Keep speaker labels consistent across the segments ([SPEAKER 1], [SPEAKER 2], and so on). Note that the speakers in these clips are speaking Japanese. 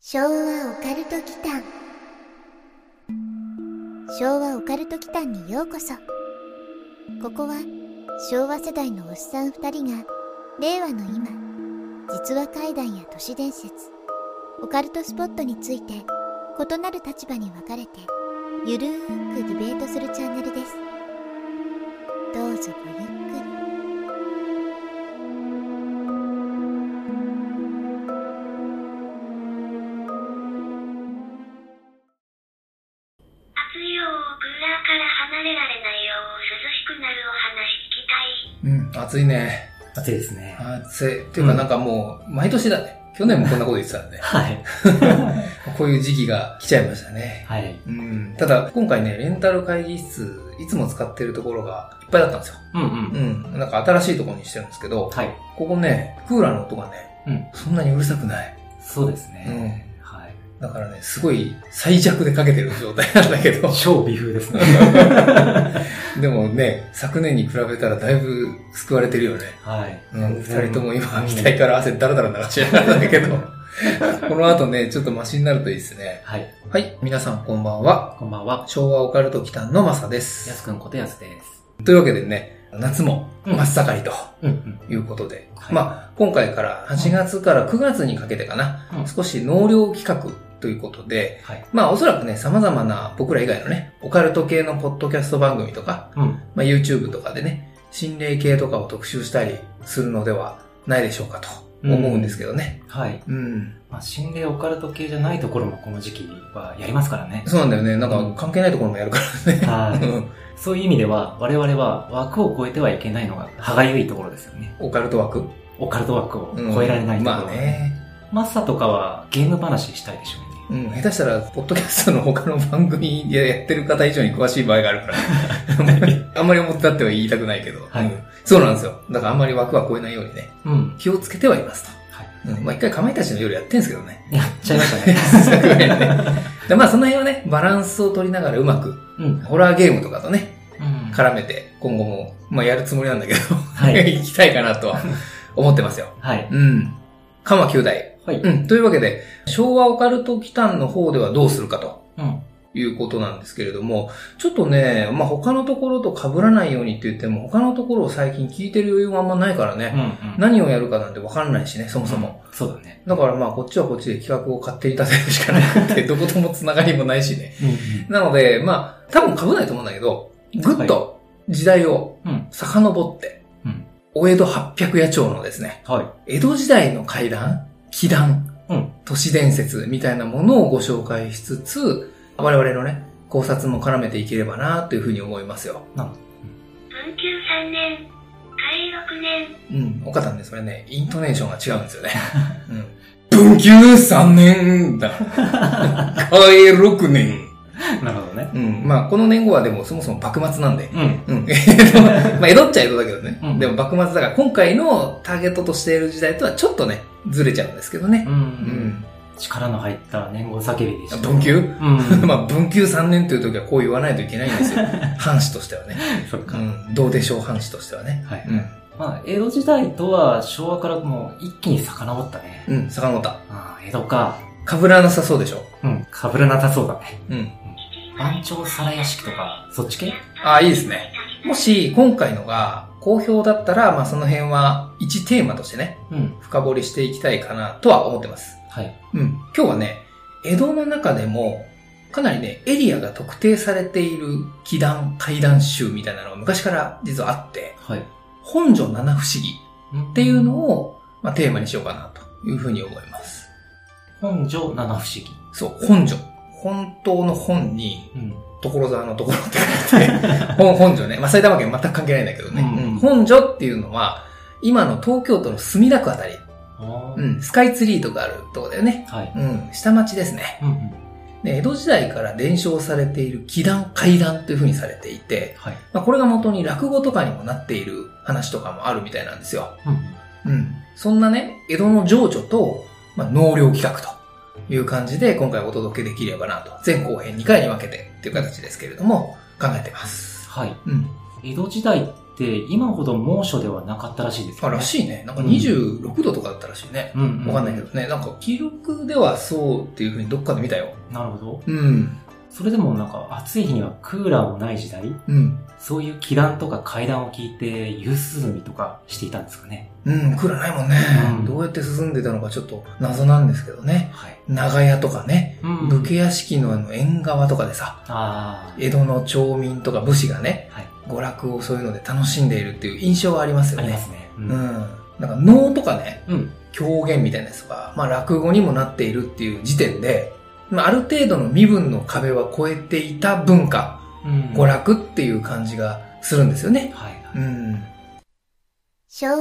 [SPEAKER 1] 昭和オカルト祈間昭和オカルト祈間にようこそここは昭和世代のおっさん2人が令和の今実話怪談や都市伝説オカルトスポットについて異なる立場に分かれてゆるーくディベートするチャンネルですどうぞごゆっくり
[SPEAKER 2] 暑いよクーラーから離れられないよ涼しくなるお話聞きたい
[SPEAKER 3] うん、暑いね。
[SPEAKER 4] 暑いですね。
[SPEAKER 3] 暑い。っていうか
[SPEAKER 4] うん。
[SPEAKER 3] なんかもう、毎年だね。去年もこんなこと言ってたんで
[SPEAKER 4] はい。
[SPEAKER 3] こういう時期が来ちゃいましたね。
[SPEAKER 4] はい。
[SPEAKER 3] うん。ただ、今回ね、レンタル会議室、いつも使ってるところがいっぱいだったんですよ。
[SPEAKER 4] うんうん。
[SPEAKER 3] うん。なんか新しいところにしてるんですけど、
[SPEAKER 4] はい。
[SPEAKER 3] ここね、クーラーの音がね、
[SPEAKER 4] うん
[SPEAKER 3] そんなにうるさくない。
[SPEAKER 4] そうです
[SPEAKER 3] う
[SPEAKER 4] ね。
[SPEAKER 3] ん。
[SPEAKER 4] はい。、
[SPEAKER 3] だからね、すごい最弱でかけてる状態なんだけど
[SPEAKER 4] 超微風ですね。
[SPEAKER 3] でもね、昨年に比べたらだいぶ救われてるよね。
[SPEAKER 4] はい。
[SPEAKER 3] うん、二人とも今、
[SPEAKER 4] た
[SPEAKER 3] 額
[SPEAKER 4] い
[SPEAKER 3] から汗だらだら流しながらだ けど、この後ね、ちょっとマシになるといいですね。
[SPEAKER 4] はい。
[SPEAKER 3] はい、皆さんこんばんは。
[SPEAKER 4] こんばんは。
[SPEAKER 3] 昭和オカルト北のマサで
[SPEAKER 4] やす
[SPEAKER 3] す。
[SPEAKER 4] くんことやすです。
[SPEAKER 3] というわけでね、夏も
[SPEAKER 4] うん
[SPEAKER 3] 真っ盛りと
[SPEAKER 4] うんうん。
[SPEAKER 3] いうことで、
[SPEAKER 4] はい
[SPEAKER 3] まあ、今回から8月から9月にかけてかな、
[SPEAKER 4] うん
[SPEAKER 3] 少し納涼企画ということで、
[SPEAKER 4] はい。
[SPEAKER 3] まあおそらくね、様々な僕ら以外のね、オカルト系のポッドキャスト番組とか、
[SPEAKER 4] うん。
[SPEAKER 3] まあ、YouTube とかでね、心霊系とかを特集したりするのではないでしょうかと思うんですけどね。
[SPEAKER 4] はい。
[SPEAKER 3] うん。
[SPEAKER 4] まあ、心霊オカルト系じゃないところもこの時期はやりますからね。
[SPEAKER 3] そうなんだよね。なんか関係ないところもやるから ね。
[SPEAKER 4] はい。
[SPEAKER 3] うん
[SPEAKER 4] そういう意味では、我々は枠を超えてはいけないのが歯がゆいところですよね。
[SPEAKER 3] オカルト枠
[SPEAKER 4] オカルト枠を
[SPEAKER 3] うん
[SPEAKER 4] 超えられないところ。
[SPEAKER 3] まあ。ね。
[SPEAKER 4] マッサとかはゲーム話したいでしょうね。
[SPEAKER 3] うん。下手したら、ポッドキャストの他の番組でやってる方以上に詳しい場合があるか ら。あんまり思ったっては言いたくないけど。
[SPEAKER 4] はい
[SPEAKER 3] うんそうなんですよ。だからあんまり枠は超えないようにね。
[SPEAKER 4] うん。
[SPEAKER 3] 気をつけてはいますと。
[SPEAKER 4] はい。
[SPEAKER 3] うん。まあ一回かまいたちの夜やってんですけどね。
[SPEAKER 4] やっちゃいましたね。
[SPEAKER 3] 昨年ね。でまあその辺はね、バランスを取りながらうまく、
[SPEAKER 4] うん。
[SPEAKER 3] ホラーゲームとかとね、
[SPEAKER 4] うん
[SPEAKER 3] 絡めて、今後も、まあやるつもりなんだけど、
[SPEAKER 4] はい。
[SPEAKER 3] 行きたいかなと は思ってますよ。
[SPEAKER 4] はい。
[SPEAKER 3] うん。鎌9代。
[SPEAKER 4] はい。
[SPEAKER 3] うん。というわけで、昭和オカルト祈間の方ではどうするかと
[SPEAKER 4] うん。
[SPEAKER 3] いうことなんですけれども、ちょっとね、まあ、他のところと被らないようにって言っても、他のところを最近聞いてる余裕があんまないから
[SPEAKER 4] う
[SPEAKER 3] ね、
[SPEAKER 4] ん。うん
[SPEAKER 3] 何をやるかなんてわかんないしね、そもそも。
[SPEAKER 4] そうだね。
[SPEAKER 3] だからまあ、こっちはこっちで企画を勝手に立てるしかなくて、どこともつながりもないしね。
[SPEAKER 4] うん。
[SPEAKER 3] なので、まあ、多分被らないと思うんだけど、ぐっと時代を
[SPEAKER 4] うん。
[SPEAKER 3] 遡って、
[SPEAKER 4] うん
[SPEAKER 3] お江戸八百夜町のですね、
[SPEAKER 4] は
[SPEAKER 3] 江戸時代の怪談、奇談、
[SPEAKER 4] うん
[SPEAKER 3] 都市伝説みたいなものをご紹介しつつ、我々のね、考察も絡めていければなというふうに思いますよ。
[SPEAKER 2] 文久3年開6年
[SPEAKER 3] うん。岡田ね、それね、イントネーションが違うんですよね。うん。文久3年 だ。開6年。
[SPEAKER 4] い。なるほどね。
[SPEAKER 3] うん。まあ、この年号はでもそもそも幕末なんで。
[SPEAKER 4] うん。
[SPEAKER 3] うん。えっとまあ、江戸っちゃ江戸だけどね。
[SPEAKER 4] うん
[SPEAKER 3] でも幕末だから、今回のターゲットとしている時代とはちょっとね、ずれちゃうんですけどね。
[SPEAKER 4] う。。
[SPEAKER 3] うん
[SPEAKER 4] 力の入った年号叫びでした。
[SPEAKER 3] 文久
[SPEAKER 4] う ん。
[SPEAKER 3] まあ、文久3年という時はこう言わないといけないんです よ。藩士としてはね。
[SPEAKER 4] そっか
[SPEAKER 3] う。ん。どうでしょう、藩士としてはね。
[SPEAKER 4] はい。
[SPEAKER 3] う
[SPEAKER 4] まあ、江戸時代とは昭和からもう一気に遡ったね。
[SPEAKER 3] ん。うん、坂本た。
[SPEAKER 4] ああ、江戸か。
[SPEAKER 3] かぶらなさそうでしょ。
[SPEAKER 4] うん。かぶらなさそうだね。
[SPEAKER 3] うん。
[SPEAKER 4] 番長皿屋敷とか、そっち系
[SPEAKER 3] ああ、いいですね。もし、今回のが好評だったら、まあ、その辺は一テーマとしてね、
[SPEAKER 4] うん。
[SPEAKER 3] 深掘りしていきたいかなとは思ってます。
[SPEAKER 4] はい。
[SPEAKER 3] うん。今日はね、江戸の中でも、かなりね、エリアが特定されている祈談、怪談集みたいなのが昔から実はあって、
[SPEAKER 4] はい。
[SPEAKER 3] 本所七不思議
[SPEAKER 4] っ
[SPEAKER 3] っていうのを、まあ、テーマにしようかなというふうに思います。
[SPEAKER 4] 本所七不思議。
[SPEAKER 3] そう、本所。本当の本に、
[SPEAKER 4] うん。
[SPEAKER 3] 所沢のところって書い て、本本所ね。まあ、埼玉県全く関係ないんだけどね。
[SPEAKER 4] うん
[SPEAKER 3] うん本所っていうのは、今の東京都の墨田区あたり、
[SPEAKER 4] ああ。
[SPEAKER 3] うん、スカイツリーとかあるとこだよね。
[SPEAKER 4] はい。
[SPEAKER 3] うん、下町ですね。
[SPEAKER 4] うんうん。
[SPEAKER 3] で江戸時代から伝承されている祈談、怪談というふうにされていて、
[SPEAKER 4] はい。
[SPEAKER 3] まあ、これが元に落語とかにもなっている話とかもあるみたいなんですよ。
[SPEAKER 4] うんうん。
[SPEAKER 3] うん。そんなね、江戸の情緒と、まあ、納涼企画という感じで、今回お届けできればなと。前後編2回に分けてっていう形ですけれども、考えてます。
[SPEAKER 4] はい。
[SPEAKER 3] うん。
[SPEAKER 4] 江戸時代っって、今ほど猛暑ではなかったらしいです
[SPEAKER 3] あ、
[SPEAKER 4] よね。
[SPEAKER 3] ら
[SPEAKER 4] い。
[SPEAKER 3] しいね。なんか
[SPEAKER 4] うん
[SPEAKER 3] 26度とかだったらしいね。
[SPEAKER 4] うん、
[SPEAKER 3] わかんないけどね。なんか記録ではそうっていうふうにどっかで見たよ。
[SPEAKER 4] なるほど。
[SPEAKER 3] うん。
[SPEAKER 4] それでもなんか暑い日にはクーラーもない時代、
[SPEAKER 3] うん。
[SPEAKER 4] そういう気団とか階段を聞いて夕涼みとかしていたんですかね。
[SPEAKER 3] うん、クーラーないもんね、
[SPEAKER 4] うん
[SPEAKER 3] どうやって進んでたのかちょっと謎なんですけどね。
[SPEAKER 4] はい。
[SPEAKER 3] 長屋とかね、
[SPEAKER 4] うん
[SPEAKER 3] 武家屋敷のあの縁側とかでさ、
[SPEAKER 4] ああ。
[SPEAKER 3] 江戸の町民とか武士がね、
[SPEAKER 4] はい。
[SPEAKER 3] 娯楽をそういうので楽しんでいるっていう印象はありますよ
[SPEAKER 4] ありま
[SPEAKER 3] ね。
[SPEAKER 4] すね。う
[SPEAKER 3] うんん。なんか能とかね、
[SPEAKER 4] うん。
[SPEAKER 3] 狂言みたいなやつは、まあ落語にもなっているっていう時点で、まあある程度の身分の壁は超えていた文化、
[SPEAKER 4] うん
[SPEAKER 3] 娯楽っていう感じがするんですよね。
[SPEAKER 4] はいはい。
[SPEAKER 3] うん。
[SPEAKER 1] 昭和オ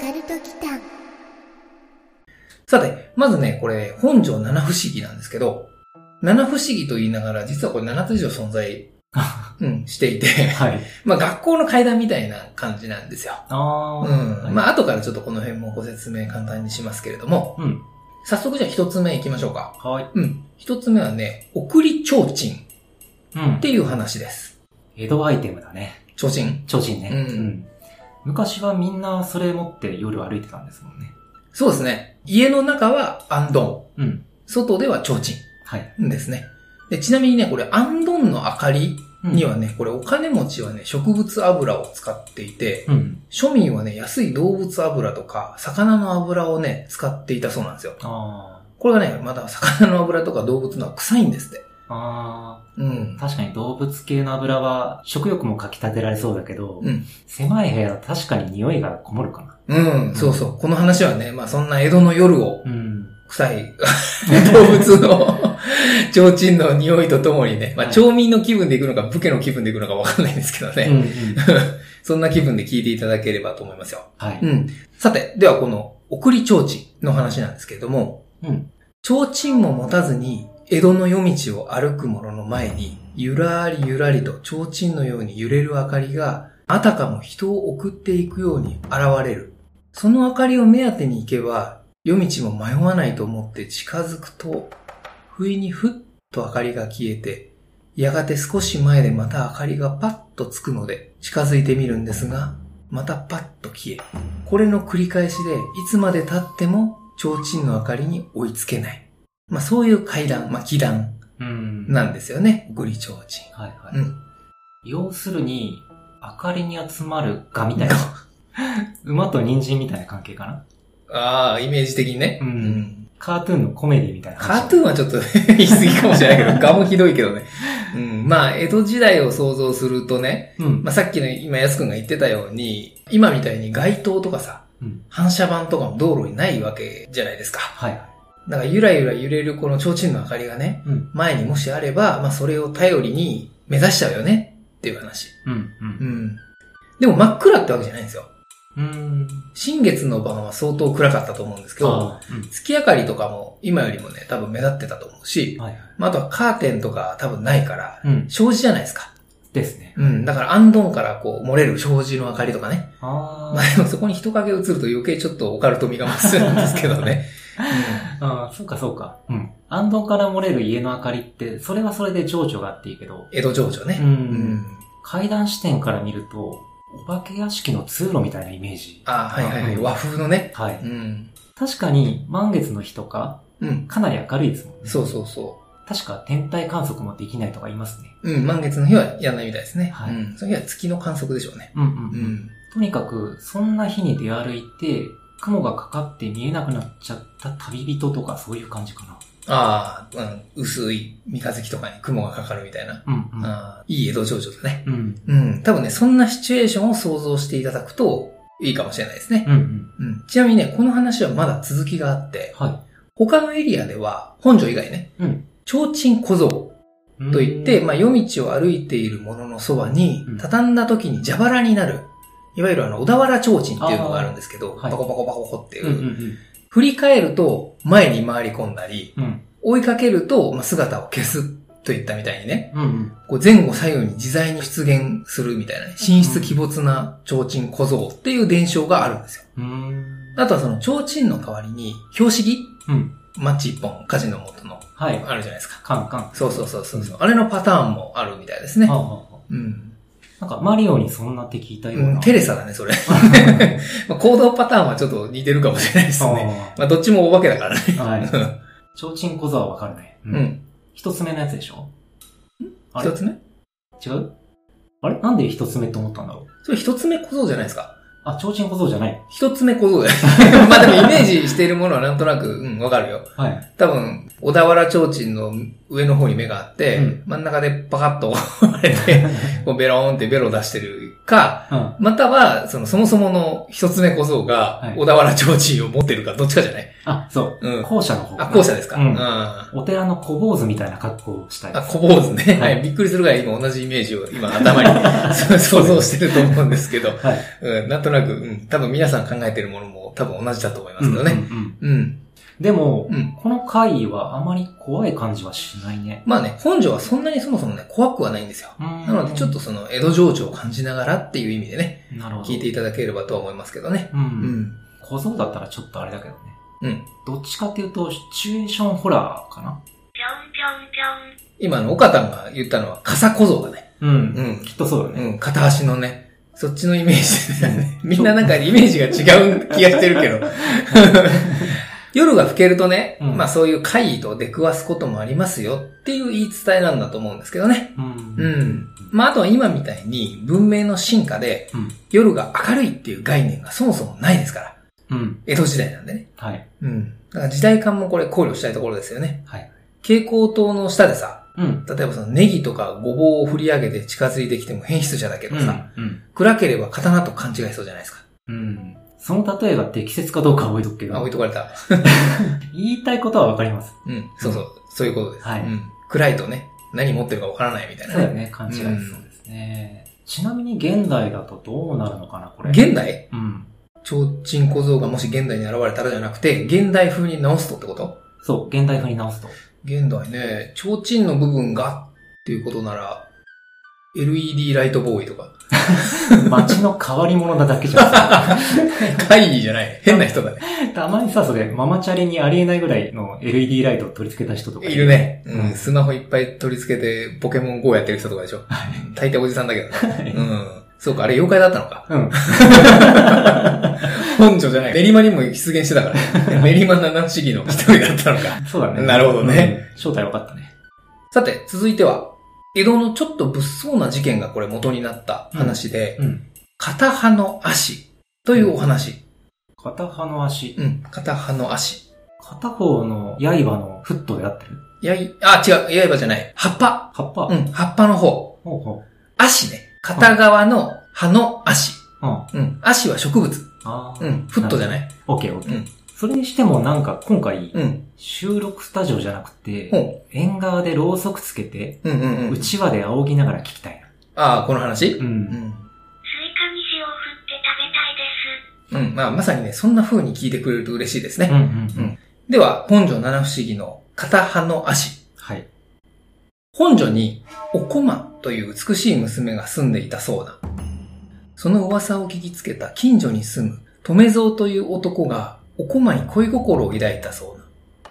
[SPEAKER 1] カルト祈間
[SPEAKER 3] さて、まずね、これ、本庄七不思議なんですけど、七不思議と言いながら、実はこれ7つ以上存 在、うん、していて、
[SPEAKER 4] はい。
[SPEAKER 3] まあ学校の階段みたいな感じなんですよ。
[SPEAKER 4] あ
[SPEAKER 3] う
[SPEAKER 4] あ。
[SPEAKER 3] ん。まあ後からちょっとこの辺もご説明簡単にしますけれども、
[SPEAKER 4] うん。
[SPEAKER 3] 早速じゃあ一つ目行きましょうか。
[SPEAKER 4] はい。
[SPEAKER 3] うん。一つ目はね、送り提灯っ
[SPEAKER 4] うん。
[SPEAKER 3] ていう話です。
[SPEAKER 4] 江戸アイテムだね。
[SPEAKER 3] 提灯。
[SPEAKER 4] 提灯ね。
[SPEAKER 3] うん
[SPEAKER 4] 昔はみんなそれ持って夜歩いてたんですもんね。
[SPEAKER 3] そうですね。家の中はアンド
[SPEAKER 4] うん。
[SPEAKER 3] ン。外では提灯
[SPEAKER 4] はい。
[SPEAKER 3] ですね。で、ちなみにね、これ、アンドンの明かり
[SPEAKER 4] うん
[SPEAKER 3] にはね、これお金持ちはね、植物油を使っていて、
[SPEAKER 4] うん。
[SPEAKER 3] 庶民はね、安い動物油とか、魚の油をね、使っていたそうなんですよ。
[SPEAKER 4] あ
[SPEAKER 3] これがね、まだ魚の油とか動物のは臭いんですって。
[SPEAKER 4] あ。ああ。
[SPEAKER 3] うん。
[SPEAKER 4] 確かに動物系の油は食欲もかき立てられそうだけど、
[SPEAKER 3] うん
[SPEAKER 4] 狭い部屋は確かに匂いがこもるかな。
[SPEAKER 3] うん、そうそう。この話はね、まあそんな江戸の夜を
[SPEAKER 4] うん。
[SPEAKER 3] 臭い 動物の 提灯の匂いとともにね、まあ
[SPEAKER 4] はい
[SPEAKER 3] 町民の気分で行くのか、武家の気分で行くのかわかんないんですけど
[SPEAKER 4] うん
[SPEAKER 3] ね。
[SPEAKER 4] うん。
[SPEAKER 3] そんな気分で聞いていただければと思いますよ。
[SPEAKER 4] はい。
[SPEAKER 3] うん。さて、ではこの、送り提灯の話なんですけれども、
[SPEAKER 4] うん。
[SPEAKER 3] 提灯も持たずに、江戸の夜道を歩く者の前に、ゆらりゆらりと提灯のように揺れる明かりが、あたかも人を送っていくように現れる。その明かりを目当てに行けば、夜道も迷わないと思って近づくと、不意にふっと明かりが消えて、やがて少し前でまた明かりがパッとつくので、近づいてみるんですが、またパッと消え、これの繰り返しで、いつまで経っても、提灯の明かりに追いつけない。まあそういう階段、まあ祈段
[SPEAKER 4] うん。
[SPEAKER 3] なんですよね。グリ提灯。
[SPEAKER 4] はいはい。
[SPEAKER 3] うん。
[SPEAKER 4] 要するに、明かりに集まるがみたいな。 馬と人参みたいな関係かな
[SPEAKER 3] ああ、イメージ的にね。
[SPEAKER 4] うん
[SPEAKER 3] ん。
[SPEAKER 4] カートゥーンのコメディみたいな
[SPEAKER 3] カ
[SPEAKER 4] 話。
[SPEAKER 3] ートゥーンはちょ っと言い過ぎかもしれない けど、ガもひどいけどね。うん。まあ、江戸時代を想像するとね、
[SPEAKER 4] うん。
[SPEAKER 3] まあさっきの今安くんが言ってたように、今みたいに街灯とかさ、
[SPEAKER 4] うん
[SPEAKER 3] 反射板とかも道路にないわけじゃないですか。
[SPEAKER 4] はいはい。
[SPEAKER 3] だからゆらゆら揺れるこの提灯の明かりがね、
[SPEAKER 4] うん。
[SPEAKER 3] 前にもしあれば、まあそれを頼りに目指しちゃうよねっていう話。
[SPEAKER 4] うん。う。
[SPEAKER 3] うんん。でも真っ暗ってわけじゃないんですよ。
[SPEAKER 4] うん。
[SPEAKER 3] 新月の晩は相当暗かったと思うんですけど、
[SPEAKER 4] あーうん
[SPEAKER 3] 月明かりとかも今よりもね、多分目立ってたと思うし、
[SPEAKER 4] はいはい。
[SPEAKER 3] まあ、あとはカーテンとか多分ないから、
[SPEAKER 4] うん。
[SPEAKER 3] 障子じゃないですか。
[SPEAKER 4] ですね。
[SPEAKER 3] うん。だから、アンドンからこう、漏れる障子の明かりとかね。
[SPEAKER 4] あ
[SPEAKER 3] まあでもそこに人影映ると余計ちょっとオカルト味が増すんですけどね。
[SPEAKER 4] あ。ああ、そうかそうか。うん。アンドンから漏れる家の明かりって、それはそれで情緒があっていいけど、
[SPEAKER 3] 江戸情緒ね。
[SPEAKER 4] うん
[SPEAKER 3] ん
[SPEAKER 4] 階段視点から見ると、お化け屋敷の通路みたいなイメージ。
[SPEAKER 3] ああ、はいはいはい。
[SPEAKER 4] うん
[SPEAKER 3] 和風のね。
[SPEAKER 4] はい。
[SPEAKER 3] うん。
[SPEAKER 4] 確かに、満月の日とか、
[SPEAKER 3] うん。
[SPEAKER 4] かなり明るいですもんね。
[SPEAKER 3] そうそうそ
[SPEAKER 4] 確か天体観測もできないとか言いますね。
[SPEAKER 3] う。うん。満月の日はやんないみたいですね。
[SPEAKER 4] はい
[SPEAKER 3] うん。その日は月の観測でしょうね。
[SPEAKER 4] うんう。
[SPEAKER 3] うんん。
[SPEAKER 4] とにかく、そんな日に出歩いて、雲がかかって見えなくなっちゃった旅人とかそういう感じかな。
[SPEAKER 3] ああ、うん、薄い三日月とかに雲がかかるみたいな。
[SPEAKER 4] うんうん。
[SPEAKER 3] ああいい江戸情緒だね。
[SPEAKER 4] うん。
[SPEAKER 3] うん。多分ね、そんなシチュエーションを想像していただくといいかもしれないですね。
[SPEAKER 4] うんうん。
[SPEAKER 3] うん。ちなみにね、この話はまだ続きがあって、
[SPEAKER 4] は
[SPEAKER 3] 他のエリアでは、本庄以外ね、
[SPEAKER 4] うん
[SPEAKER 3] 提灯小僧と
[SPEAKER 4] い。
[SPEAKER 3] いって、
[SPEAKER 4] うん
[SPEAKER 3] まあ夜道を歩いているもののそばに
[SPEAKER 4] うん、
[SPEAKER 3] 畳んだ時に蛇腹になる、いわゆるあの、小田原提灯っていうのがあるんですけど、
[SPEAKER 4] あーはい
[SPEAKER 3] バコバコバコバコっていうう。
[SPEAKER 4] んうん
[SPEAKER 3] 振り返ると、前に回り込んだり、
[SPEAKER 4] うん。うん。
[SPEAKER 3] 追いかけると、まあ、姿を消すといったみたいにね、
[SPEAKER 4] うんうん。
[SPEAKER 3] こう前後左右に自在に出現するみたいなね、神出鬼没な提灯小僧っていう伝承があるんですよ。
[SPEAKER 4] うーん。
[SPEAKER 3] あとはその提灯の代わりに、標識
[SPEAKER 4] うん。
[SPEAKER 3] マッチ一本、火事の元の、
[SPEAKER 4] はい。
[SPEAKER 3] あるじゃないですか。
[SPEAKER 4] カンカン。
[SPEAKER 3] そうそうそうそうそう。あれのパターンもあるみたいですね
[SPEAKER 4] あ。あああ
[SPEAKER 3] うん。
[SPEAKER 4] なんかマリオにそんな敵いたよ
[SPEAKER 3] う
[SPEAKER 4] うな。
[SPEAKER 3] ん、テレサだね、それ。 まあ行動パターンはちょっと似てるかもしれないですね。
[SPEAKER 4] ね。
[SPEAKER 3] まあ、どっちもお化けだからね。
[SPEAKER 4] はい。提灯小座はわかるね。う
[SPEAKER 3] う。ん。
[SPEAKER 4] 一つ目のやつでしょあれ
[SPEAKER 3] 一つ目
[SPEAKER 4] 違うあれなんで一つ目って思ったんだろう
[SPEAKER 3] それ一つ目小僧じゃないですか。
[SPEAKER 4] あ、提灯小僧じゃない。
[SPEAKER 3] 一つ目小 僧だよ。まあでもイメージしているものは なんとなく、うん、わかるよ。
[SPEAKER 4] はい。
[SPEAKER 3] 多分、小田原提灯の上の方に目があって、
[SPEAKER 4] うん
[SPEAKER 3] 真ん中でパカッと割れ て、こうベローンってベロ出してるか、
[SPEAKER 4] うん。
[SPEAKER 3] または、その、そもそもの一つ目小僧が
[SPEAKER 4] は、い
[SPEAKER 3] 小田原提灯を持ってるか、どっちかじゃない
[SPEAKER 4] あ、そう。
[SPEAKER 3] うん。
[SPEAKER 4] 校舎の方か
[SPEAKER 3] あ、
[SPEAKER 4] な。
[SPEAKER 3] 校舎ですか。
[SPEAKER 4] う
[SPEAKER 3] うん。
[SPEAKER 4] ん。
[SPEAKER 3] あ、
[SPEAKER 4] お寺の小坊主みたいな格好をしたい。
[SPEAKER 3] 小坊主ね。は
[SPEAKER 4] はい
[SPEAKER 3] い。びっくりするぐらい今同じイメージを今頭に そう想像してると思うんですけど、
[SPEAKER 4] はい。
[SPEAKER 3] うん。なんとなく、うん。多分皆さん考えてるものも多分同じだと思いま
[SPEAKER 4] うん
[SPEAKER 3] すけどね。
[SPEAKER 4] うんうん
[SPEAKER 3] うん。
[SPEAKER 4] でも
[SPEAKER 3] う、ん。
[SPEAKER 4] この回はあまり怖い感じはしないね。
[SPEAKER 3] まあね、本庄はそんなにそもそもね、怖くはないんですよ。な
[SPEAKER 4] な
[SPEAKER 3] ので、ちょっと、その、江戸情緒を感じながらっていう意味でね、
[SPEAKER 4] なるほど。
[SPEAKER 3] 聞いていただければとは思いますけどね。
[SPEAKER 4] う。
[SPEAKER 3] うんん。
[SPEAKER 4] 小僧だったらちょっとあれだけどね。
[SPEAKER 3] うん。
[SPEAKER 4] どっちかっていうと、シチュエーションホラーかな。
[SPEAKER 2] ぴょんぴょんぴょん。
[SPEAKER 3] 今、あの、岡田が言ったのは、傘小僧だね。
[SPEAKER 4] う。
[SPEAKER 3] うんん。
[SPEAKER 4] きっとそうだ
[SPEAKER 3] う
[SPEAKER 4] ね。
[SPEAKER 3] ん、片足のね、そっちのイメージでね。 みんななんかイメージが違う気がしてるけ ど。夜が更けるとね、
[SPEAKER 4] うん
[SPEAKER 3] まあそういう怪異と出くわすこともありますよっていう言い伝えなんだと思うんですけどね。
[SPEAKER 4] うん。
[SPEAKER 3] うん。まああとは今みたいに文明の進化で
[SPEAKER 4] うん
[SPEAKER 3] 夜が明るいっていう概念がそもそもないですから。
[SPEAKER 4] うん。
[SPEAKER 3] 江戸時代なんでね。
[SPEAKER 4] はい。
[SPEAKER 3] うん。だから時代感もこれ考慮したいところですよね。
[SPEAKER 4] はい。
[SPEAKER 3] 蛍光灯の下でさ、
[SPEAKER 4] うん。
[SPEAKER 3] 例えばそのネギとかごぼうを振り上げて近づいてきても変質者だけど
[SPEAKER 4] う
[SPEAKER 3] さ、
[SPEAKER 4] ん。
[SPEAKER 3] 暗ければ刀と勘違いしそうじゃないですか。
[SPEAKER 4] うん。その例えが適切かどうかは置いとくけ
[SPEAKER 3] あ、置
[SPEAKER 4] ど
[SPEAKER 3] い、とかれた。
[SPEAKER 4] 言いたいことはわかります。
[SPEAKER 3] うん。そうそう。そういうことです。
[SPEAKER 4] はい
[SPEAKER 3] うん。暗いとね、何持ってるかわからないみたいな
[SPEAKER 4] そうだよ
[SPEAKER 3] ね。
[SPEAKER 4] ね、勘違いしそうですね。ちなみに現代だとどうなるのかな、これ。
[SPEAKER 3] 現代
[SPEAKER 4] うん。
[SPEAKER 3] 提灯小僧がもし現代に現れたらじゃなくて、現代風に直すとってこと
[SPEAKER 4] そう、現代風に直すと。
[SPEAKER 3] 現代ね、提灯の部分がっていうことなら、LED ライトボーイとか。
[SPEAKER 4] 街の変わり者なだけじゃん。
[SPEAKER 3] 会議じゃない。変な人だね。
[SPEAKER 4] たまにさ、それ、ママチャリにありえないぐらいの LED ライトを取り付けた人とか
[SPEAKER 3] いる。ね。
[SPEAKER 4] う
[SPEAKER 3] うんん。スマホいっぱい取り付けて、ポケモン GO やってる人とかでしょ。大抵おじさんだけどね。うん。そうか、あれ妖怪だったのか。
[SPEAKER 4] うん。
[SPEAKER 3] 本所じゃない。練馬にも出現してたからね。練馬七不思議の一人だったのか。
[SPEAKER 4] そうだね。
[SPEAKER 3] なるほどね
[SPEAKER 4] うん。正体分かったね。
[SPEAKER 3] さて、続いては、江戸のちょっと物騒な事件がこれ元になった話で、
[SPEAKER 4] うん。
[SPEAKER 3] 片刃の足というお話。
[SPEAKER 4] 片刃の足。
[SPEAKER 3] うん、片刃の足。
[SPEAKER 4] 片方の刃のフットで合ってる
[SPEAKER 3] やい、あ、違う、刃じゃない。葉っぱ。
[SPEAKER 4] 葉っぱ。
[SPEAKER 3] うん、葉っぱの方。
[SPEAKER 4] ほうほ
[SPEAKER 3] 足ね。片側の葉の足。
[SPEAKER 4] う。うん。あ
[SPEAKER 3] うん、足は植物。
[SPEAKER 4] あー。
[SPEAKER 3] うん、フットじゃ
[SPEAKER 4] ない
[SPEAKER 3] ない
[SPEAKER 4] オッケーオッケ
[SPEAKER 3] うん
[SPEAKER 4] ー。それにしてもなんか今回、
[SPEAKER 3] うん、
[SPEAKER 4] 収録スタジオじゃなくて、
[SPEAKER 3] ほう
[SPEAKER 4] 縁側でろうそくつけて、
[SPEAKER 3] うん、うん、う。
[SPEAKER 4] うんちわで仰ぎながら聞きたいな。
[SPEAKER 3] ああ、この話
[SPEAKER 4] う。
[SPEAKER 3] うんん。
[SPEAKER 2] スイカに塩を振って食べたいです。
[SPEAKER 3] うん、まあ、まさにね、そんな風に聞いてくれると嬉しいですね。
[SPEAKER 4] うんうんうん。
[SPEAKER 3] では、本所七不思議の片葉の足。
[SPEAKER 4] はい。
[SPEAKER 3] 本所に、おこまという美しい娘が住んでいたそうだ。その噂を聞きつけた近所に住む、留蔵という男が、おこまに恋心を抱いたそうだ。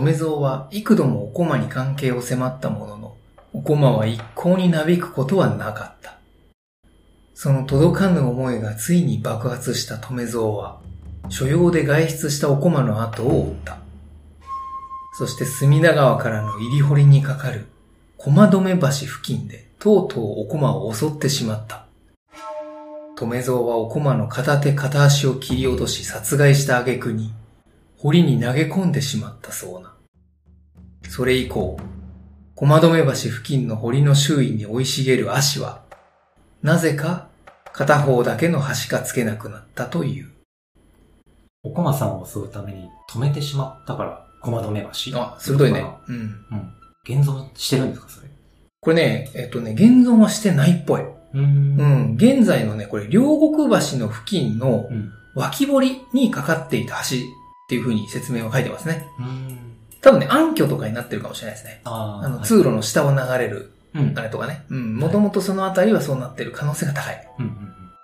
[SPEAKER 3] 留蔵は幾度もおこまに関係を迫ったものの、おこまは一向になびくことはなかった。その届かぬ思いがついに爆発した留蔵は、所用で外出したおこまの後を追った。そして隅田川からの入り堀にかかる駒止橋付近でとうとうお駒を襲ってしまった。留蔵はお駒の片手片足を切り落とし殺害した挙句に堀に投げ込んでしまったそうな。それ以降、駒止橋付近の堀の周囲に生い茂る足は、なぜか片方だけの端がつけなくなったという。
[SPEAKER 4] おこまさんを襲うために止めてしまったから、こま止め橋。
[SPEAKER 3] あ、鋭いね。うん。
[SPEAKER 4] うん。現存してるんですか、それ。
[SPEAKER 3] これね、えっとね、現存はしてないっぽい。
[SPEAKER 4] うーん
[SPEAKER 3] う。ん、現在のね、これ、両国橋の付近の
[SPEAKER 4] うん。
[SPEAKER 3] 脇堀にかかっていた橋っていう風に説明を書いてますね。
[SPEAKER 4] うーん。
[SPEAKER 3] 多分ね、暗渠とかになってるかもしれないですね。
[SPEAKER 4] あー
[SPEAKER 3] あの、
[SPEAKER 4] はい
[SPEAKER 3] 通路の下を流れる、
[SPEAKER 4] うん。うん
[SPEAKER 3] あれとかね。うん、もともとその辺りはそうなってる可能性が高い。
[SPEAKER 4] うん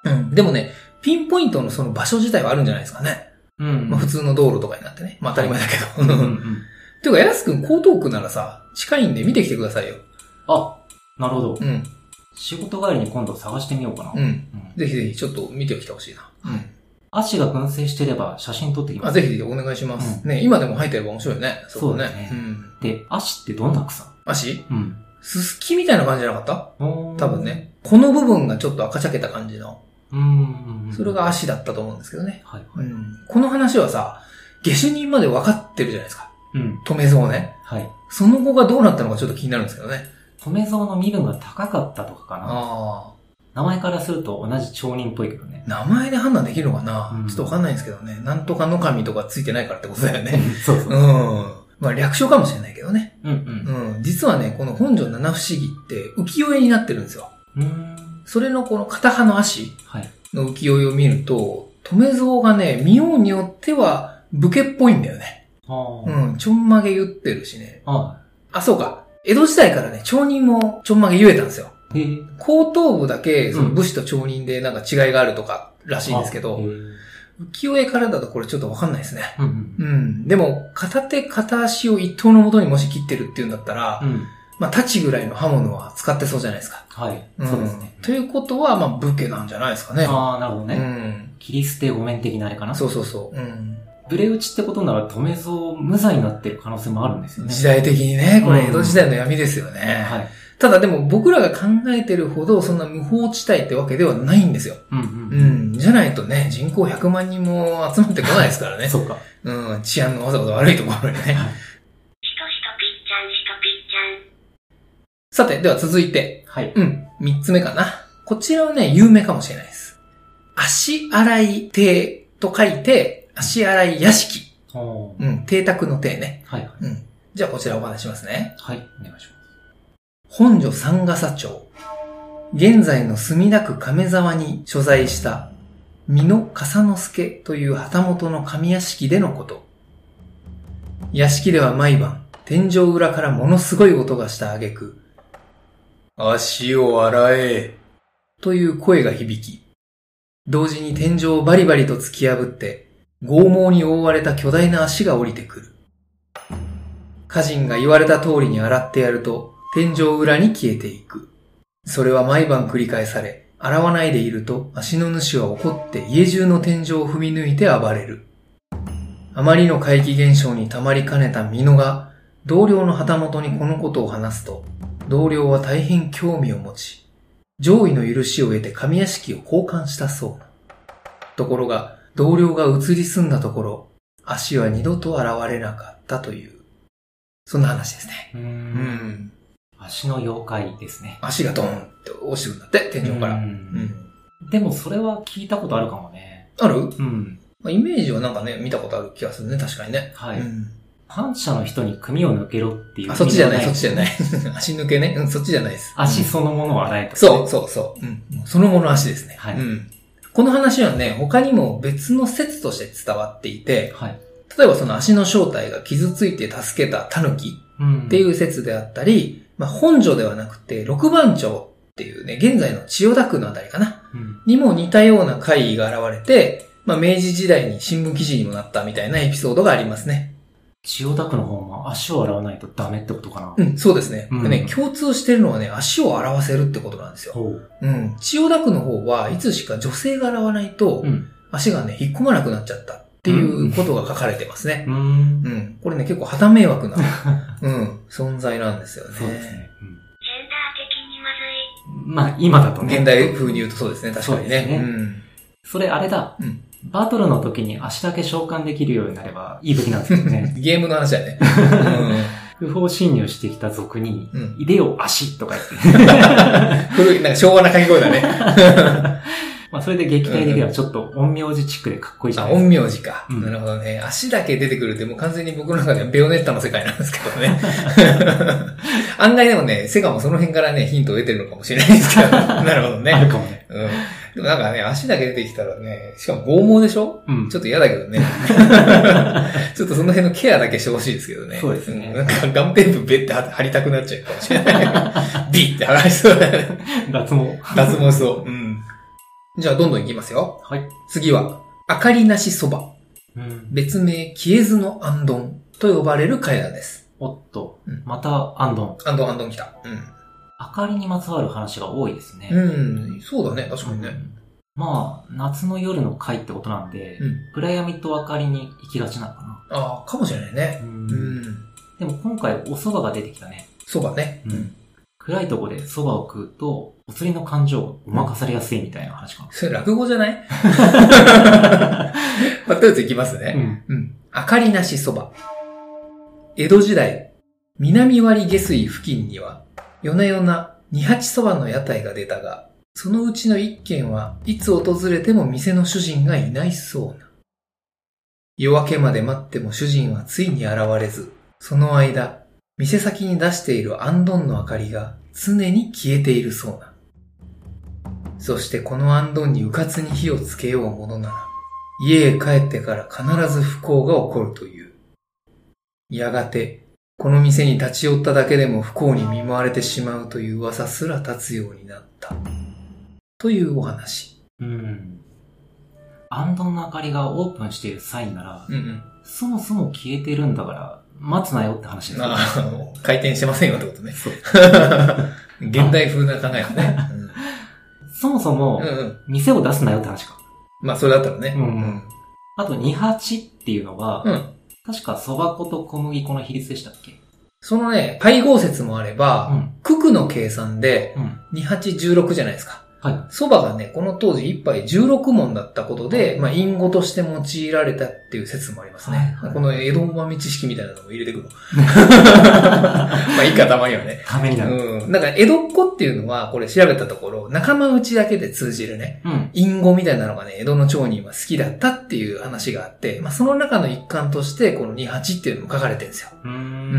[SPEAKER 3] うん、でもね、ピンポイントのその場所自体はあるんじゃないですかね。
[SPEAKER 4] うん。うん。
[SPEAKER 3] まあ普通の道路とかになってね。まあ当たり前だけ
[SPEAKER 4] う
[SPEAKER 3] ど。
[SPEAKER 4] んう
[SPEAKER 3] うん。
[SPEAKER 4] ん。
[SPEAKER 3] ていうか、やすくん江東区ならさ、近いんで見てきてくださいよ。
[SPEAKER 4] あ、なるほど
[SPEAKER 3] う。ん。
[SPEAKER 4] 仕事帰りに今度探してみようかな。
[SPEAKER 3] う
[SPEAKER 4] うん
[SPEAKER 3] ん。
[SPEAKER 4] うん
[SPEAKER 3] ぜひぜひちょっと見てきてほしいな。うん。
[SPEAKER 4] 足が群生してれば写真撮ってきま
[SPEAKER 3] あ、
[SPEAKER 4] す。
[SPEAKER 3] ぜひぜひお願いします。ね、今でも入ってれば面白いね。そうだね。
[SPEAKER 4] そううだね
[SPEAKER 3] ん。
[SPEAKER 4] で、足ってどんな草
[SPEAKER 3] 足
[SPEAKER 4] うん。
[SPEAKER 3] すすきみたいな感じじゃなかった
[SPEAKER 4] 多
[SPEAKER 3] 多分。ね。この部分がちょっと赤茶けた感じの、
[SPEAKER 4] うんうん。
[SPEAKER 3] それが。足だったと思うんですけどね。
[SPEAKER 4] はいは
[SPEAKER 3] う
[SPEAKER 4] い。
[SPEAKER 3] ん。この話はさ、下手人まで分かってるじゃないですか。
[SPEAKER 4] うん。
[SPEAKER 3] 止めそうね。
[SPEAKER 4] はい。
[SPEAKER 3] その後がどうなったのかちょっと気になるんですけどね。
[SPEAKER 4] 米蔵の身分が高かったとかかな。
[SPEAKER 3] あ
[SPEAKER 4] 名前からすると同じ町人っぽいけどね
[SPEAKER 3] あ。。名前で判断できるのかな、
[SPEAKER 4] うん
[SPEAKER 3] ちょっとわかんないんですけどね。なんとかの神とかついてないからってことだよね。
[SPEAKER 4] そうそう
[SPEAKER 3] うん。。まあ略称かもしれないけどね。
[SPEAKER 4] うんうん。
[SPEAKER 3] うん。実はね、この本庄七不思議って浮世絵になってるんですよ。
[SPEAKER 4] うーん。
[SPEAKER 3] それのこの片刃の足
[SPEAKER 4] はい。
[SPEAKER 3] の浮世絵を見ると、留蔵がね、見ようによっては武家っぽいんだよね。
[SPEAKER 4] ああ。
[SPEAKER 3] うん。ちょんまげ言ってるしね。
[SPEAKER 4] は
[SPEAKER 3] あ、そうか。江戸時代からね、町人もちょんまげ言えたんですよ。
[SPEAKER 4] い。へえ。
[SPEAKER 3] 後頭部だけ、その
[SPEAKER 4] うん
[SPEAKER 3] 武士と町人でなんか違いがあるとからしいんですけど、
[SPEAKER 4] あへえ
[SPEAKER 3] 浮世絵からだとこれちょっとわかんないですね。
[SPEAKER 4] うん
[SPEAKER 3] う
[SPEAKER 4] うん。
[SPEAKER 3] ん。でも、片手片足を一刀のもとにもし切ってるっていうんだったら、
[SPEAKER 4] うん。
[SPEAKER 3] まあ、太刀ぐらいの刃物は使ってそうじゃないですか。
[SPEAKER 4] はい。
[SPEAKER 3] ん
[SPEAKER 4] そうですね。
[SPEAKER 3] ということは、まあ、武家なんじゃないですかね。
[SPEAKER 4] ああ、なるほど
[SPEAKER 3] う
[SPEAKER 4] ね。
[SPEAKER 3] ん。
[SPEAKER 4] 切り捨て御免的なあれかな。
[SPEAKER 3] そうそうそう。うん。
[SPEAKER 4] ブレ打ちってことなら、留蔵無罪になってる可能性もあるんですよね。
[SPEAKER 3] 時代的にね、こ
[SPEAKER 4] う
[SPEAKER 3] れ
[SPEAKER 4] ん
[SPEAKER 3] 江戸時代の闇ですよね。
[SPEAKER 4] はい。
[SPEAKER 3] ただでも僕らが考えてるほどそんな無法地帯ってわけではないんですよ。
[SPEAKER 4] うん
[SPEAKER 3] う
[SPEAKER 4] うん。
[SPEAKER 3] ん。じゃないとね、人口100万人も集まってこないですからね。
[SPEAKER 4] そうか。
[SPEAKER 3] うん。治安のわざわざ悪いところにね。
[SPEAKER 2] ひとひとぴっちゃんひとぴっちゃん。
[SPEAKER 3] さて、では続いて。
[SPEAKER 4] はい。
[SPEAKER 3] うん。三つ目かな。こちらはね、有名かもしれないです。足洗い邸と書いて、足洗い屋敷。
[SPEAKER 4] おー
[SPEAKER 3] うん。邸宅の邸ね。
[SPEAKER 4] はいはい。
[SPEAKER 3] うん。じゃあこちらお話しますね。
[SPEAKER 4] はい。お願いします。
[SPEAKER 3] 本所三笠町。現在の墨田区亀沢に所在した、美濃笠之助という旗本の神屋敷でのこと。屋敷では毎晩、天井裏からものすごい音がした挙句、足を洗え、という声が響き、同時に天井をバリバリと突き破って、拷毛に覆われた巨大な足が降りてくる。家人が言われた通りに洗ってやると、天井裏に消えていく。それは毎晩繰り返され、洗わないでいると足の主は怒って家中の天井を踏み抜いて暴れる。あまりの怪奇現象にたまりかねた美濃が、同僚の旗本にこのことを話すと、同僚は大変興味を持ち、上位の許しを得て神屋敷を交換したそうな。ところが、同僚が移り住んだところ、足は二度と現れなかったという、そんな話ですね。
[SPEAKER 4] うー。
[SPEAKER 3] うんん。
[SPEAKER 4] 足の妖怪ですね。
[SPEAKER 3] 足がドーンって落ちてくるんだって、天井から。
[SPEAKER 4] う
[SPEAKER 3] うん。
[SPEAKER 4] ん。でもそれは聞いたことあるかもね。
[SPEAKER 3] ある
[SPEAKER 4] うん。
[SPEAKER 3] まあイメージはなんかね、見たことある気がするね、確かにね。
[SPEAKER 4] はい
[SPEAKER 3] うん
[SPEAKER 4] 反社の人に組を抜けろっていう。
[SPEAKER 3] あ、そっちじゃない、
[SPEAKER 4] 意
[SPEAKER 3] そっ
[SPEAKER 4] 味
[SPEAKER 3] ちじゃない。 足抜けね。うん、そっちじゃないです。
[SPEAKER 4] 足
[SPEAKER 3] うん
[SPEAKER 4] そのものを洗えと。
[SPEAKER 3] そう、そう、そう。うん。その後の足ですね。
[SPEAKER 4] はい
[SPEAKER 3] うん。この話はね、他にも別の説として伝わっていて、
[SPEAKER 4] はい。
[SPEAKER 3] 例えばその足の正体が傷ついて助けた狸
[SPEAKER 4] うん。。
[SPEAKER 3] っていうう説であったり、まあ、本所ではなくて六番町っていうね、現在の千代田区のあたりかな、
[SPEAKER 4] うん。
[SPEAKER 3] にも似たような怪異が現れて、まあ、明治時代に新聞記事にもなったみたいなエピソードがありますね。
[SPEAKER 4] 千代田区の方も足を洗わないとダメってことかな。
[SPEAKER 3] うん、そうですね。
[SPEAKER 4] うん
[SPEAKER 3] でね、共通してるのはね、足を洗わせるってことなんですよ。
[SPEAKER 4] ほう。
[SPEAKER 3] うん、千代田区の方はいつしか女性が洗わないと
[SPEAKER 4] う、ん。
[SPEAKER 3] 足がね、引っ込まなくなっちゃったっていうことが書かれてますね。
[SPEAKER 4] うーん
[SPEAKER 3] う。ん、これね、結構旗迷 惑な、うん、存在なんですよね。
[SPEAKER 4] そうですね。
[SPEAKER 2] ジェンダー的にまずい。
[SPEAKER 4] うん。まあ、今だとね。
[SPEAKER 3] 現代風に言うとそうですね、確かにね。
[SPEAKER 4] そうですね
[SPEAKER 3] ん。
[SPEAKER 4] それあれだ。
[SPEAKER 3] うん。
[SPEAKER 4] バトルの時に足だけ召喚できるようになればいい武器なんですけどね
[SPEAKER 3] ゲームの話だよね。
[SPEAKER 4] 不法侵入してきた族に、
[SPEAKER 3] うん
[SPEAKER 4] いでよ足とか言って。
[SPEAKER 3] うん古い、なんか昭和な掛け声だね。
[SPEAKER 4] まあそれで撃退できればちょっと陰陽師チックでかっこいいじゃ
[SPEAKER 3] あ、
[SPEAKER 4] ないです
[SPEAKER 3] 陰陽師か、
[SPEAKER 4] うん
[SPEAKER 3] なるほどね。足だけ出てくるってもう完全に僕の中ではベヨネッタの世界なんですけどね。 案外でもね、セガもその辺からね、ヒントを得てるのかもしれないです けど。なるほど
[SPEAKER 4] か。ある
[SPEAKER 3] ね。
[SPEAKER 4] かもね。
[SPEAKER 3] うん。でもなんかね、足だけ出てきたらね、しかも剛毛でしょ
[SPEAKER 4] うん。
[SPEAKER 3] ちょっと嫌だけど ね。ちょっとその辺のケアだけしてほしいですけどね。
[SPEAKER 4] そうですね
[SPEAKER 3] んなんかガムテープベって貼りたくなっちゃうかもしれ ない。ビって貼られそうだね。
[SPEAKER 4] 脱毛。
[SPEAKER 3] 脱毛しそう。うん。じゃあどんどんいきますよ。
[SPEAKER 4] はい。
[SPEAKER 3] 次は、明かりなしそば。
[SPEAKER 4] うん。
[SPEAKER 3] 別名、消えずのアンドンと呼ばれる階段です。
[SPEAKER 4] おっと
[SPEAKER 3] うん、
[SPEAKER 4] また、アンドン。
[SPEAKER 3] アンドンアンドン来た。うん。
[SPEAKER 4] 明かりにまつわる話が多いですね。
[SPEAKER 3] うん、そうだね、確かにね。
[SPEAKER 4] まあ、夏の夜の会ってことなんで、
[SPEAKER 3] うん。
[SPEAKER 4] 暗闇と明かりに行きがちなのかな。
[SPEAKER 3] ああ、かもしれないね。
[SPEAKER 4] うん
[SPEAKER 3] うん。
[SPEAKER 4] でも今回お蕎麦が出てきたね。
[SPEAKER 3] そうだね。
[SPEAKER 4] うん。暗いとこで蕎麦を食うと、お釣りの感情がごまかされやすいみたいな話か
[SPEAKER 3] それ落語じゃない まあ、とりあえず行きます
[SPEAKER 4] な。
[SPEAKER 3] ね。
[SPEAKER 4] ん。
[SPEAKER 3] うん。明かりなしそば。江戸時代、南割下水付近には、夜な夜な二八そばの屋台が出たが、そのうちの一軒はいつ訪れても店の主人がいないそうな。夜明けまで待っても主人はついに現れず、その間、店先に出しているアンドンの明かりが常に消えているそうな。そしてこのアンドンにうかつに火をつけようものなら、家へ帰ってから必ず不幸が起こるという。やがて、この店に立ち寄っただけでも不幸に見舞われてしまうという噂すら立つようになった。というお話。
[SPEAKER 4] うん。アンドンの明かりがオープンしているサインなら、
[SPEAKER 3] うんうん。
[SPEAKER 4] そもそも消えてるんだから、待つなよって話ですよね。
[SPEAKER 3] あの、回転してませんよってことね。
[SPEAKER 4] そう。
[SPEAKER 3] 現代風な考えだね。
[SPEAKER 4] そもそ
[SPEAKER 3] うん
[SPEAKER 4] も
[SPEAKER 3] う、んうん。
[SPEAKER 4] 店を出すなよって話か。
[SPEAKER 3] まあ、それだったらね。
[SPEAKER 4] うんあと、二八っていうのは、
[SPEAKER 3] うん
[SPEAKER 4] 確か蕎麦粉と小麦粉の比率でしたっけ
[SPEAKER 3] そのね、配合説もあれば、
[SPEAKER 4] ん。
[SPEAKER 3] 九九の計算で
[SPEAKER 4] うん。
[SPEAKER 3] 2816じゃないですか。
[SPEAKER 4] は
[SPEAKER 3] 蕎麦がね、この当時1杯16文だったことで、まあ、隠語として用いられたっていう説もありますね。
[SPEAKER 4] はいはい
[SPEAKER 3] この江戸豆知識みたいなのも入れてく の。まあ、いいかたまにはね
[SPEAKER 4] い。。ためになる。
[SPEAKER 3] うん。なんか、江戸っ子っていうのは、これ調べたところ、仲間内だけで通じるね、
[SPEAKER 4] うん。
[SPEAKER 3] 隠語みたいなのがね、江戸の町人は好きだったっていう話があって、まあ、その中の一環として、この28っていうのも書かれてるんですよ。
[SPEAKER 4] うー
[SPEAKER 3] ん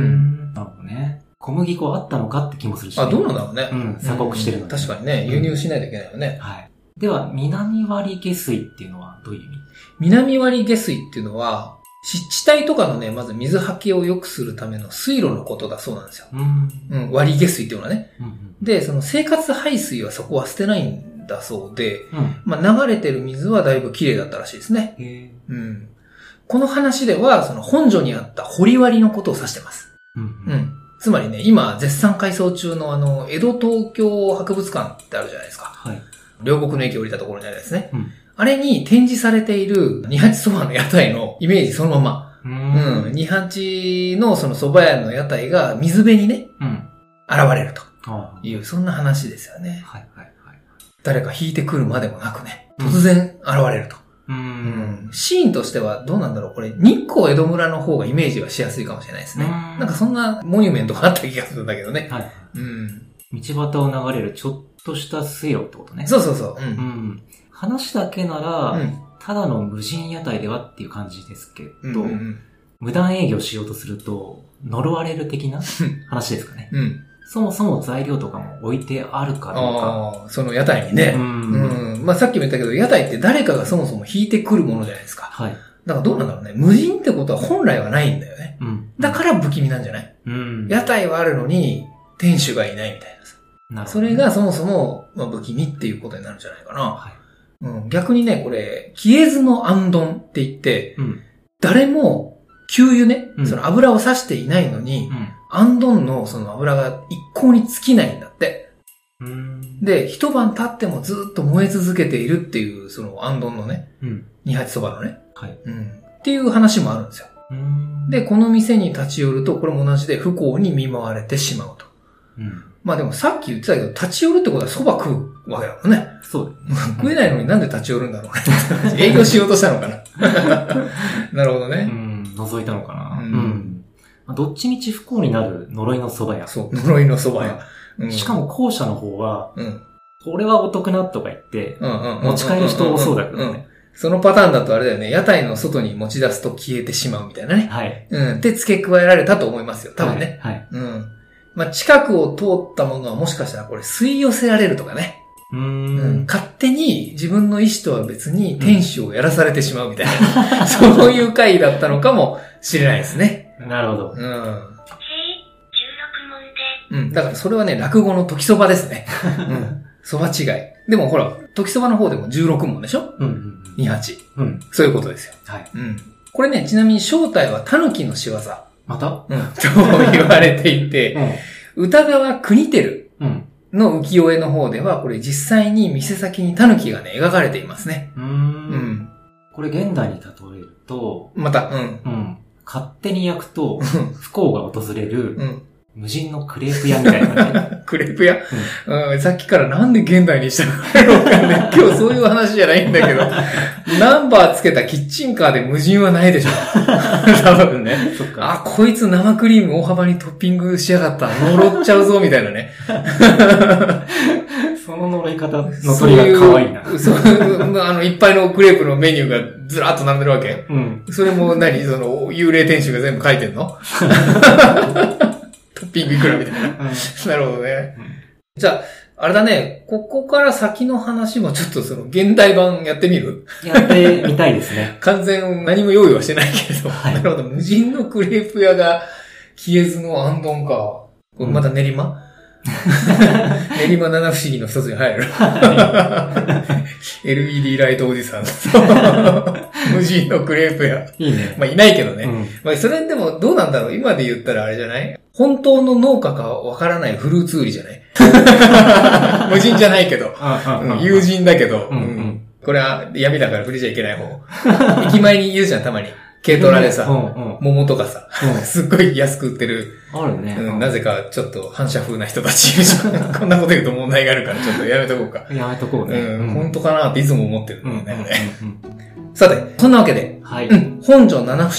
[SPEAKER 4] ん。なるほどね。小麦粉あったのかって気もするし、
[SPEAKER 3] あ、どうなんだろうね。
[SPEAKER 4] うん鎖国してるのに
[SPEAKER 3] 確かにね、輸入しないといけないよね。
[SPEAKER 4] はい。では、南割下水っていうのはどういう意味
[SPEAKER 3] 南割下水っていうのは、湿地帯とかのね、まず水はけを良くするための水路のことだそうなんですよ。
[SPEAKER 4] うーん。
[SPEAKER 3] うん、割り下水っていうのはね。
[SPEAKER 4] うん。
[SPEAKER 3] で、その生活排水はそこは捨てないんだそうで、
[SPEAKER 4] うん。うん
[SPEAKER 3] まあ、流れてる水はだいぶ綺麗だったらしいですね。
[SPEAKER 4] へー
[SPEAKER 3] うん。この話では、その本所にあった掘り割りのことを指してます。
[SPEAKER 4] うん
[SPEAKER 3] う
[SPEAKER 4] うん
[SPEAKER 3] ん。つまりね、今、絶賛改装中のあの、江戸東京博物館ってあるじゃないですか。
[SPEAKER 4] はい。
[SPEAKER 3] 両国の駅を降りたところにあるやつね。
[SPEAKER 4] うん
[SPEAKER 3] あれに展示されている二八そばの屋台のイメージそのまま。
[SPEAKER 4] う。
[SPEAKER 3] うんん、二八のその蕎麦屋の屋台が水辺にね、
[SPEAKER 4] うん。
[SPEAKER 3] 現れると
[SPEAKER 4] あ
[SPEAKER 3] いう、そんな話ですよね
[SPEAKER 4] あ。。はいはいはい。
[SPEAKER 3] 誰か引いてくるまでもなくね、
[SPEAKER 4] うん
[SPEAKER 3] 突然現れると。
[SPEAKER 4] うー。
[SPEAKER 3] うんシーンとしてはどうなんだろうこれ、日光江戸村の方がイメージはしやすいかもしれないですね。
[SPEAKER 4] うん
[SPEAKER 3] なんかそんなモニュメントがあった気がするんだけどね。
[SPEAKER 4] はいは
[SPEAKER 3] うん。
[SPEAKER 4] い。道端を流れるちょっとした水路ってことね。
[SPEAKER 3] そうそうそう。う。
[SPEAKER 4] うんん。話だけなら、
[SPEAKER 3] うん
[SPEAKER 4] ただの無人屋台ではっていう感じですけど、
[SPEAKER 3] うん。うん。
[SPEAKER 4] 無断営業しようとすると、呪われる的な話ですかね。
[SPEAKER 3] うん。
[SPEAKER 4] そもそも材料とかも置いてあるかどうか。
[SPEAKER 3] ああ、その屋台にね
[SPEAKER 4] う。。
[SPEAKER 3] うんん。まあさっきも言ったけど、屋台って誰かがそもそも引いてくるものじゃないですか。
[SPEAKER 4] はい。
[SPEAKER 3] だからどうなんだろうね。無人ってことは本来はないんだよね。
[SPEAKER 4] うん。
[SPEAKER 3] だから不気味なんじゃない
[SPEAKER 4] うん。
[SPEAKER 3] 屋台はあるのに、店主がいないみたいなさ。
[SPEAKER 4] なるほ
[SPEAKER 3] そ
[SPEAKER 4] ど
[SPEAKER 3] れ、がそもそも、まあ、不気味っていうことになるんじゃないかな。
[SPEAKER 4] は
[SPEAKER 3] うん、逆にね、これ、消えずのあんどんって言って、
[SPEAKER 4] い。うん。
[SPEAKER 3] 誰も、給油ね
[SPEAKER 4] う、ん
[SPEAKER 3] その油を刺していないのに、
[SPEAKER 4] うん
[SPEAKER 3] あんどんのその油が一向に尽きないんだって。
[SPEAKER 4] うん。
[SPEAKER 3] で、一晩経ってもずっと燃え続けているっていう、そのあんどんのね、
[SPEAKER 4] うん。
[SPEAKER 3] 二八そばのね、
[SPEAKER 4] はい。
[SPEAKER 3] うん、っていう話もあるんですよ。
[SPEAKER 4] うん。
[SPEAKER 3] で、、この店に立ち寄ると、これも同じで不幸に見舞われてしまうと。
[SPEAKER 4] うん。
[SPEAKER 3] まあでもさっき言ってたけど、立ち寄るってことは蕎麦食うわけだもんね。
[SPEAKER 4] そう
[SPEAKER 3] 食えないのになんで立ち寄るんだろう ね。営業しようとしたのかな。 なるほど
[SPEAKER 4] だね。
[SPEAKER 3] ね。
[SPEAKER 4] うん。覗いたのかな。
[SPEAKER 3] う
[SPEAKER 4] うんん。まあどっちみち不幸になる呪いの蕎麦屋。
[SPEAKER 3] そう、呪いの蕎麦屋。うん
[SPEAKER 4] しか、も後者の方は、
[SPEAKER 3] うん。
[SPEAKER 4] これはお得なとか言って、
[SPEAKER 3] うんうんうん
[SPEAKER 4] 持ち帰る人多そうだけど
[SPEAKER 3] ん
[SPEAKER 4] ね。
[SPEAKER 3] そのパターンだとあれだよね、屋台の外に持ち出すと消えてしまうみたいなね。
[SPEAKER 4] はい。
[SPEAKER 3] うん。で、付け加えられたと思いますよ。多分ね。
[SPEAKER 4] はい。はい。
[SPEAKER 3] うん。まあ、近くを通ったものはもしかしたらこれ吸い寄せられるとかね。
[SPEAKER 4] うー
[SPEAKER 3] うん
[SPEAKER 4] ん。
[SPEAKER 3] 勝手に自分の意思とは別に天使をやらされてしまうみたいな、 そういう回だったのかもしれないですね。
[SPEAKER 4] なるほど。
[SPEAKER 3] うん。
[SPEAKER 2] へえ、16問で、
[SPEAKER 3] うん。だからそれはね、落語の時そばですね。 うん。そば違い。でもほら、時そばの方でも16問でしょ
[SPEAKER 4] うんうんうん。
[SPEAKER 3] ?28。
[SPEAKER 4] うん。
[SPEAKER 3] そういうことですよ。
[SPEAKER 4] はい。
[SPEAKER 3] うん。これね、ちなみに正体は狸の仕業。
[SPEAKER 4] また
[SPEAKER 3] うん。と言われていて、
[SPEAKER 4] ん。
[SPEAKER 3] 歌川国照
[SPEAKER 4] うん。
[SPEAKER 3] の浮世絵の方では、これ実際に店先に狸がね、描かれていますね。
[SPEAKER 4] うー。
[SPEAKER 3] うんん。
[SPEAKER 4] これ現代に例えると、
[SPEAKER 3] また、うん。
[SPEAKER 4] うん。勝手に焼くと不幸が訪れる
[SPEAKER 3] うん。
[SPEAKER 4] 無人のクレープ屋みたいな感じ。
[SPEAKER 3] クレープ屋、うんさっきからなんで現代にしたのかね。 今日そういう話じゃないんだけど、ナンバーつけたキッチンカーで無人は ないでしょ。多分ね。
[SPEAKER 4] そっか。
[SPEAKER 3] あ、こいつ生クリーム大幅にトッピングしやがった。呪っちゃうぞ、みたいなね。
[SPEAKER 4] その呪い方の鳥が可愛いな。
[SPEAKER 3] そういうそう いうあの、いっぱいのクレープのメニューがずらっと並んでるわけ。
[SPEAKER 4] うん。
[SPEAKER 3] それも 何その、幽霊店主が全部書いてんのトッピングいくらみたいな。なるほどね
[SPEAKER 4] うん。
[SPEAKER 3] じゃあ、あれだね、ここから先の話もちょっとその、現代版やってみる
[SPEAKER 4] やってみたいですね。
[SPEAKER 3] 完全何も用意はしてないけれど。
[SPEAKER 4] はい
[SPEAKER 3] なるほど、無人のクレープ屋が、キエズのアンドンか。これまた練馬、 練馬七不思議の一つに入る。LED ライトおじさん。 無人のクレープ屋。
[SPEAKER 4] いいね。
[SPEAKER 3] まあ、いないけどね。
[SPEAKER 4] うん。
[SPEAKER 3] まあ、それでもどうなんだろう今で言ったらあれじゃない本当の農家かわからないフルーツ売りじゃない 無人じゃないけど。うん友人だけど。
[SPEAKER 4] うんうん
[SPEAKER 3] うんこれは闇だから触れちゃいけない方。駅前にいるじゃん、たまに。軽トラで
[SPEAKER 4] う
[SPEAKER 3] さ、
[SPEAKER 4] んうん。
[SPEAKER 3] 桃とかさ、
[SPEAKER 4] う
[SPEAKER 3] すっごい安く売ってる、
[SPEAKER 4] ん。あるね。
[SPEAKER 3] うんなぜかちょっと反射風な人たちいるじゃん。こんなこと言うと問題があるから、ちょっとやめとこうか。
[SPEAKER 4] やめとこうね。
[SPEAKER 3] うん、本当かなっていつも思ってる
[SPEAKER 4] うんん
[SPEAKER 3] だよね。
[SPEAKER 4] うん
[SPEAKER 3] さて、そんなわけで、
[SPEAKER 4] うん。はい。
[SPEAKER 3] うん、本所七不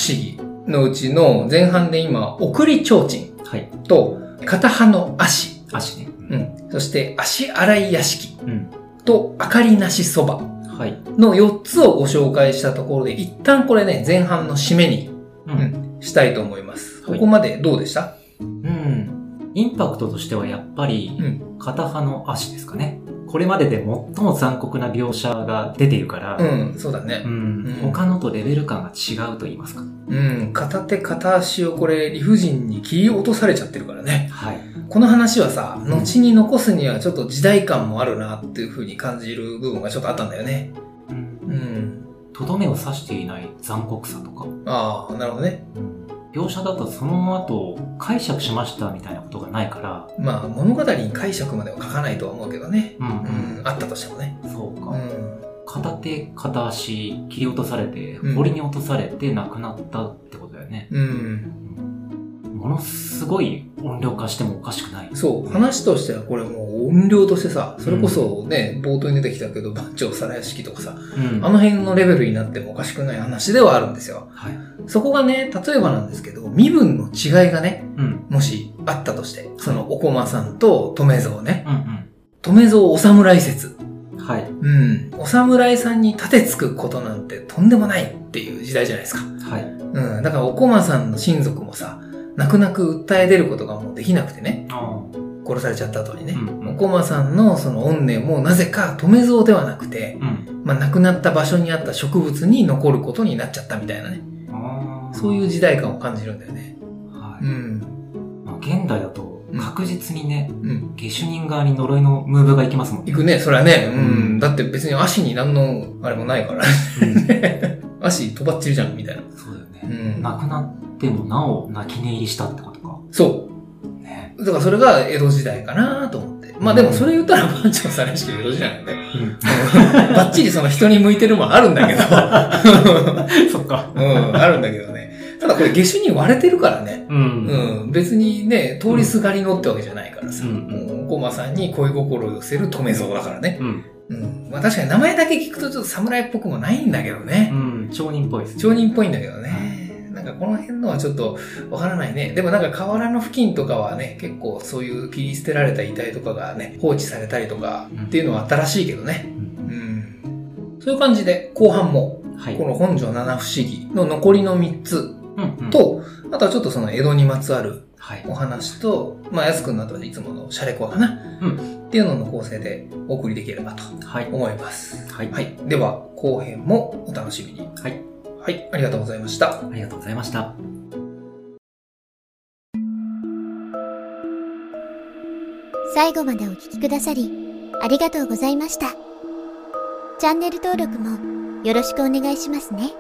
[SPEAKER 3] 思議のうちの前半で今、送り提灯
[SPEAKER 4] はい。
[SPEAKER 3] と、片葉の足、
[SPEAKER 4] 足ね。
[SPEAKER 3] うん、そして足洗い屋敷
[SPEAKER 4] うん。
[SPEAKER 3] と明かりなしそば
[SPEAKER 4] はい。
[SPEAKER 3] の4つをご紹介したところで、一旦これね、前半の締めに
[SPEAKER 4] う
[SPEAKER 3] うん
[SPEAKER 4] ん。
[SPEAKER 3] したいと思います。
[SPEAKER 4] はい
[SPEAKER 3] ここまでどうでした
[SPEAKER 4] うん。インパクトとしてはやっぱり
[SPEAKER 3] う、ん。
[SPEAKER 4] 片刃の足ですかね。これまでで最も残酷な描写が出ているから、
[SPEAKER 3] うん、そうだね
[SPEAKER 4] う。ん
[SPEAKER 3] うん
[SPEAKER 4] 他のとレベル感が違うと言いますか。
[SPEAKER 3] うん、片手片足をこれ、理不尽に切り落とされちゃってるからね。
[SPEAKER 4] はい。
[SPEAKER 3] この話はさ、後に残すにはちょっと時代感もあるなっていう風に感じる部分がちょっとあったんだよね。うん。
[SPEAKER 4] とどめを刺していない残酷さとか、
[SPEAKER 3] ああ、なるほどね。
[SPEAKER 4] 描写だとその後解釈しましたみたいなことがないから、
[SPEAKER 3] まあ、物語に解釈までは書かないとは思うけどね。
[SPEAKER 4] うん
[SPEAKER 3] うん、あったとしてもね。
[SPEAKER 4] そうか、
[SPEAKER 3] うん。
[SPEAKER 4] 片手片足切り落とされて
[SPEAKER 3] うん
[SPEAKER 4] 堀に落とされて亡くなったってことだよね、
[SPEAKER 3] うん。
[SPEAKER 4] ものすごい音量化してもおかしくない
[SPEAKER 3] そう、話としてはこれもう音量としてさ、それこそね、冒頭に出てきたけど、番長皿屋敷とかさ、
[SPEAKER 4] うん
[SPEAKER 3] あの辺のレベルになってもおかしくない話ではあるんですよ。
[SPEAKER 4] はい
[SPEAKER 3] そこがね、例えばなんですけど、身分の違いがね、
[SPEAKER 4] うんうん
[SPEAKER 3] もしあったとして、そのおこまさんと留蔵ね、
[SPEAKER 4] うん
[SPEAKER 3] 留蔵お侍説。
[SPEAKER 4] はい
[SPEAKER 3] うん。お侍さんに盾つくことなんてとんでもないっていう時代じゃないですか。
[SPEAKER 4] はい
[SPEAKER 3] うん。だからおこまさんの親族もさ、泣く泣く訴え出ることがもうできなくてね、
[SPEAKER 4] あ
[SPEAKER 3] 殺されちゃった後にね、
[SPEAKER 4] あうん
[SPEAKER 3] おこまさんのその怨念もなぜか止め蔵ではなくて、
[SPEAKER 4] うん
[SPEAKER 3] まあ、亡くなった場所にあった植物に残ることになっちゃったみたいなね。
[SPEAKER 4] ああ
[SPEAKER 3] そういう時代感を感じるんだよね。
[SPEAKER 4] は
[SPEAKER 3] う
[SPEAKER 4] い
[SPEAKER 3] ん。
[SPEAKER 4] まあ現代だと確実にね
[SPEAKER 3] うん。
[SPEAKER 4] 下手人側に呪いのムーブがいきますもん
[SPEAKER 3] 行くね、それはね。うん。
[SPEAKER 4] うん
[SPEAKER 3] だって別に足に何のあれもないから。 足とばっちりじゃん、みたいな。
[SPEAKER 4] うん そうだよね、
[SPEAKER 3] うん。
[SPEAKER 4] 亡くなってもなお泣き寝入りしたってことか。
[SPEAKER 3] そ
[SPEAKER 4] ね。
[SPEAKER 3] う。だからそれが江戸時代かなと思って。まあでもそれ言ったら番長さんらしく江戸時代なんだよね。 ばっちりその人に向いてるもんあるんだけど。
[SPEAKER 4] そっか。
[SPEAKER 3] うん、あるんだけどね。ただこれ下手に割れてるからね。
[SPEAKER 4] うん。
[SPEAKER 3] うん、別にね、通りすがりのってわけじゃないからさ。
[SPEAKER 4] うん
[SPEAKER 3] もうゴマさんに恋心を寄せる留蔵だからね。
[SPEAKER 4] うん。
[SPEAKER 3] うん。まあ確かに名前だけ聞くとちょっと侍っぽくもないんだけどね。
[SPEAKER 4] うん。町人っぽいですね。
[SPEAKER 3] 町人っぽいんだけどね。なんかこの辺のはちょっとわからないね。でもなんか河原の付近とかはね、結構そういう切り捨てられた遺体とかがね、放置されたりとかっていうのは新しいけどね。うん。そういう感じで後半も
[SPEAKER 4] はい。
[SPEAKER 3] この本庄七不思議の残りの3つ
[SPEAKER 4] うんうん、
[SPEAKER 3] と、あとはちょっとその江戸にまつわる
[SPEAKER 4] はい。
[SPEAKER 3] お話と、まあ、安くんの後はいつものシャレコアかな、
[SPEAKER 4] う
[SPEAKER 3] っていうのの構成でお送りできればと
[SPEAKER 4] はい。
[SPEAKER 3] 思います。
[SPEAKER 4] はい。
[SPEAKER 3] はい。では、後編もお楽しみに。
[SPEAKER 4] はい。
[SPEAKER 3] はい。ありがとうございました。
[SPEAKER 4] ありがとうございました。
[SPEAKER 1] 最後までお聞きくださり、ありがとうございました。チャンネル登録もよろしくお願いしますね。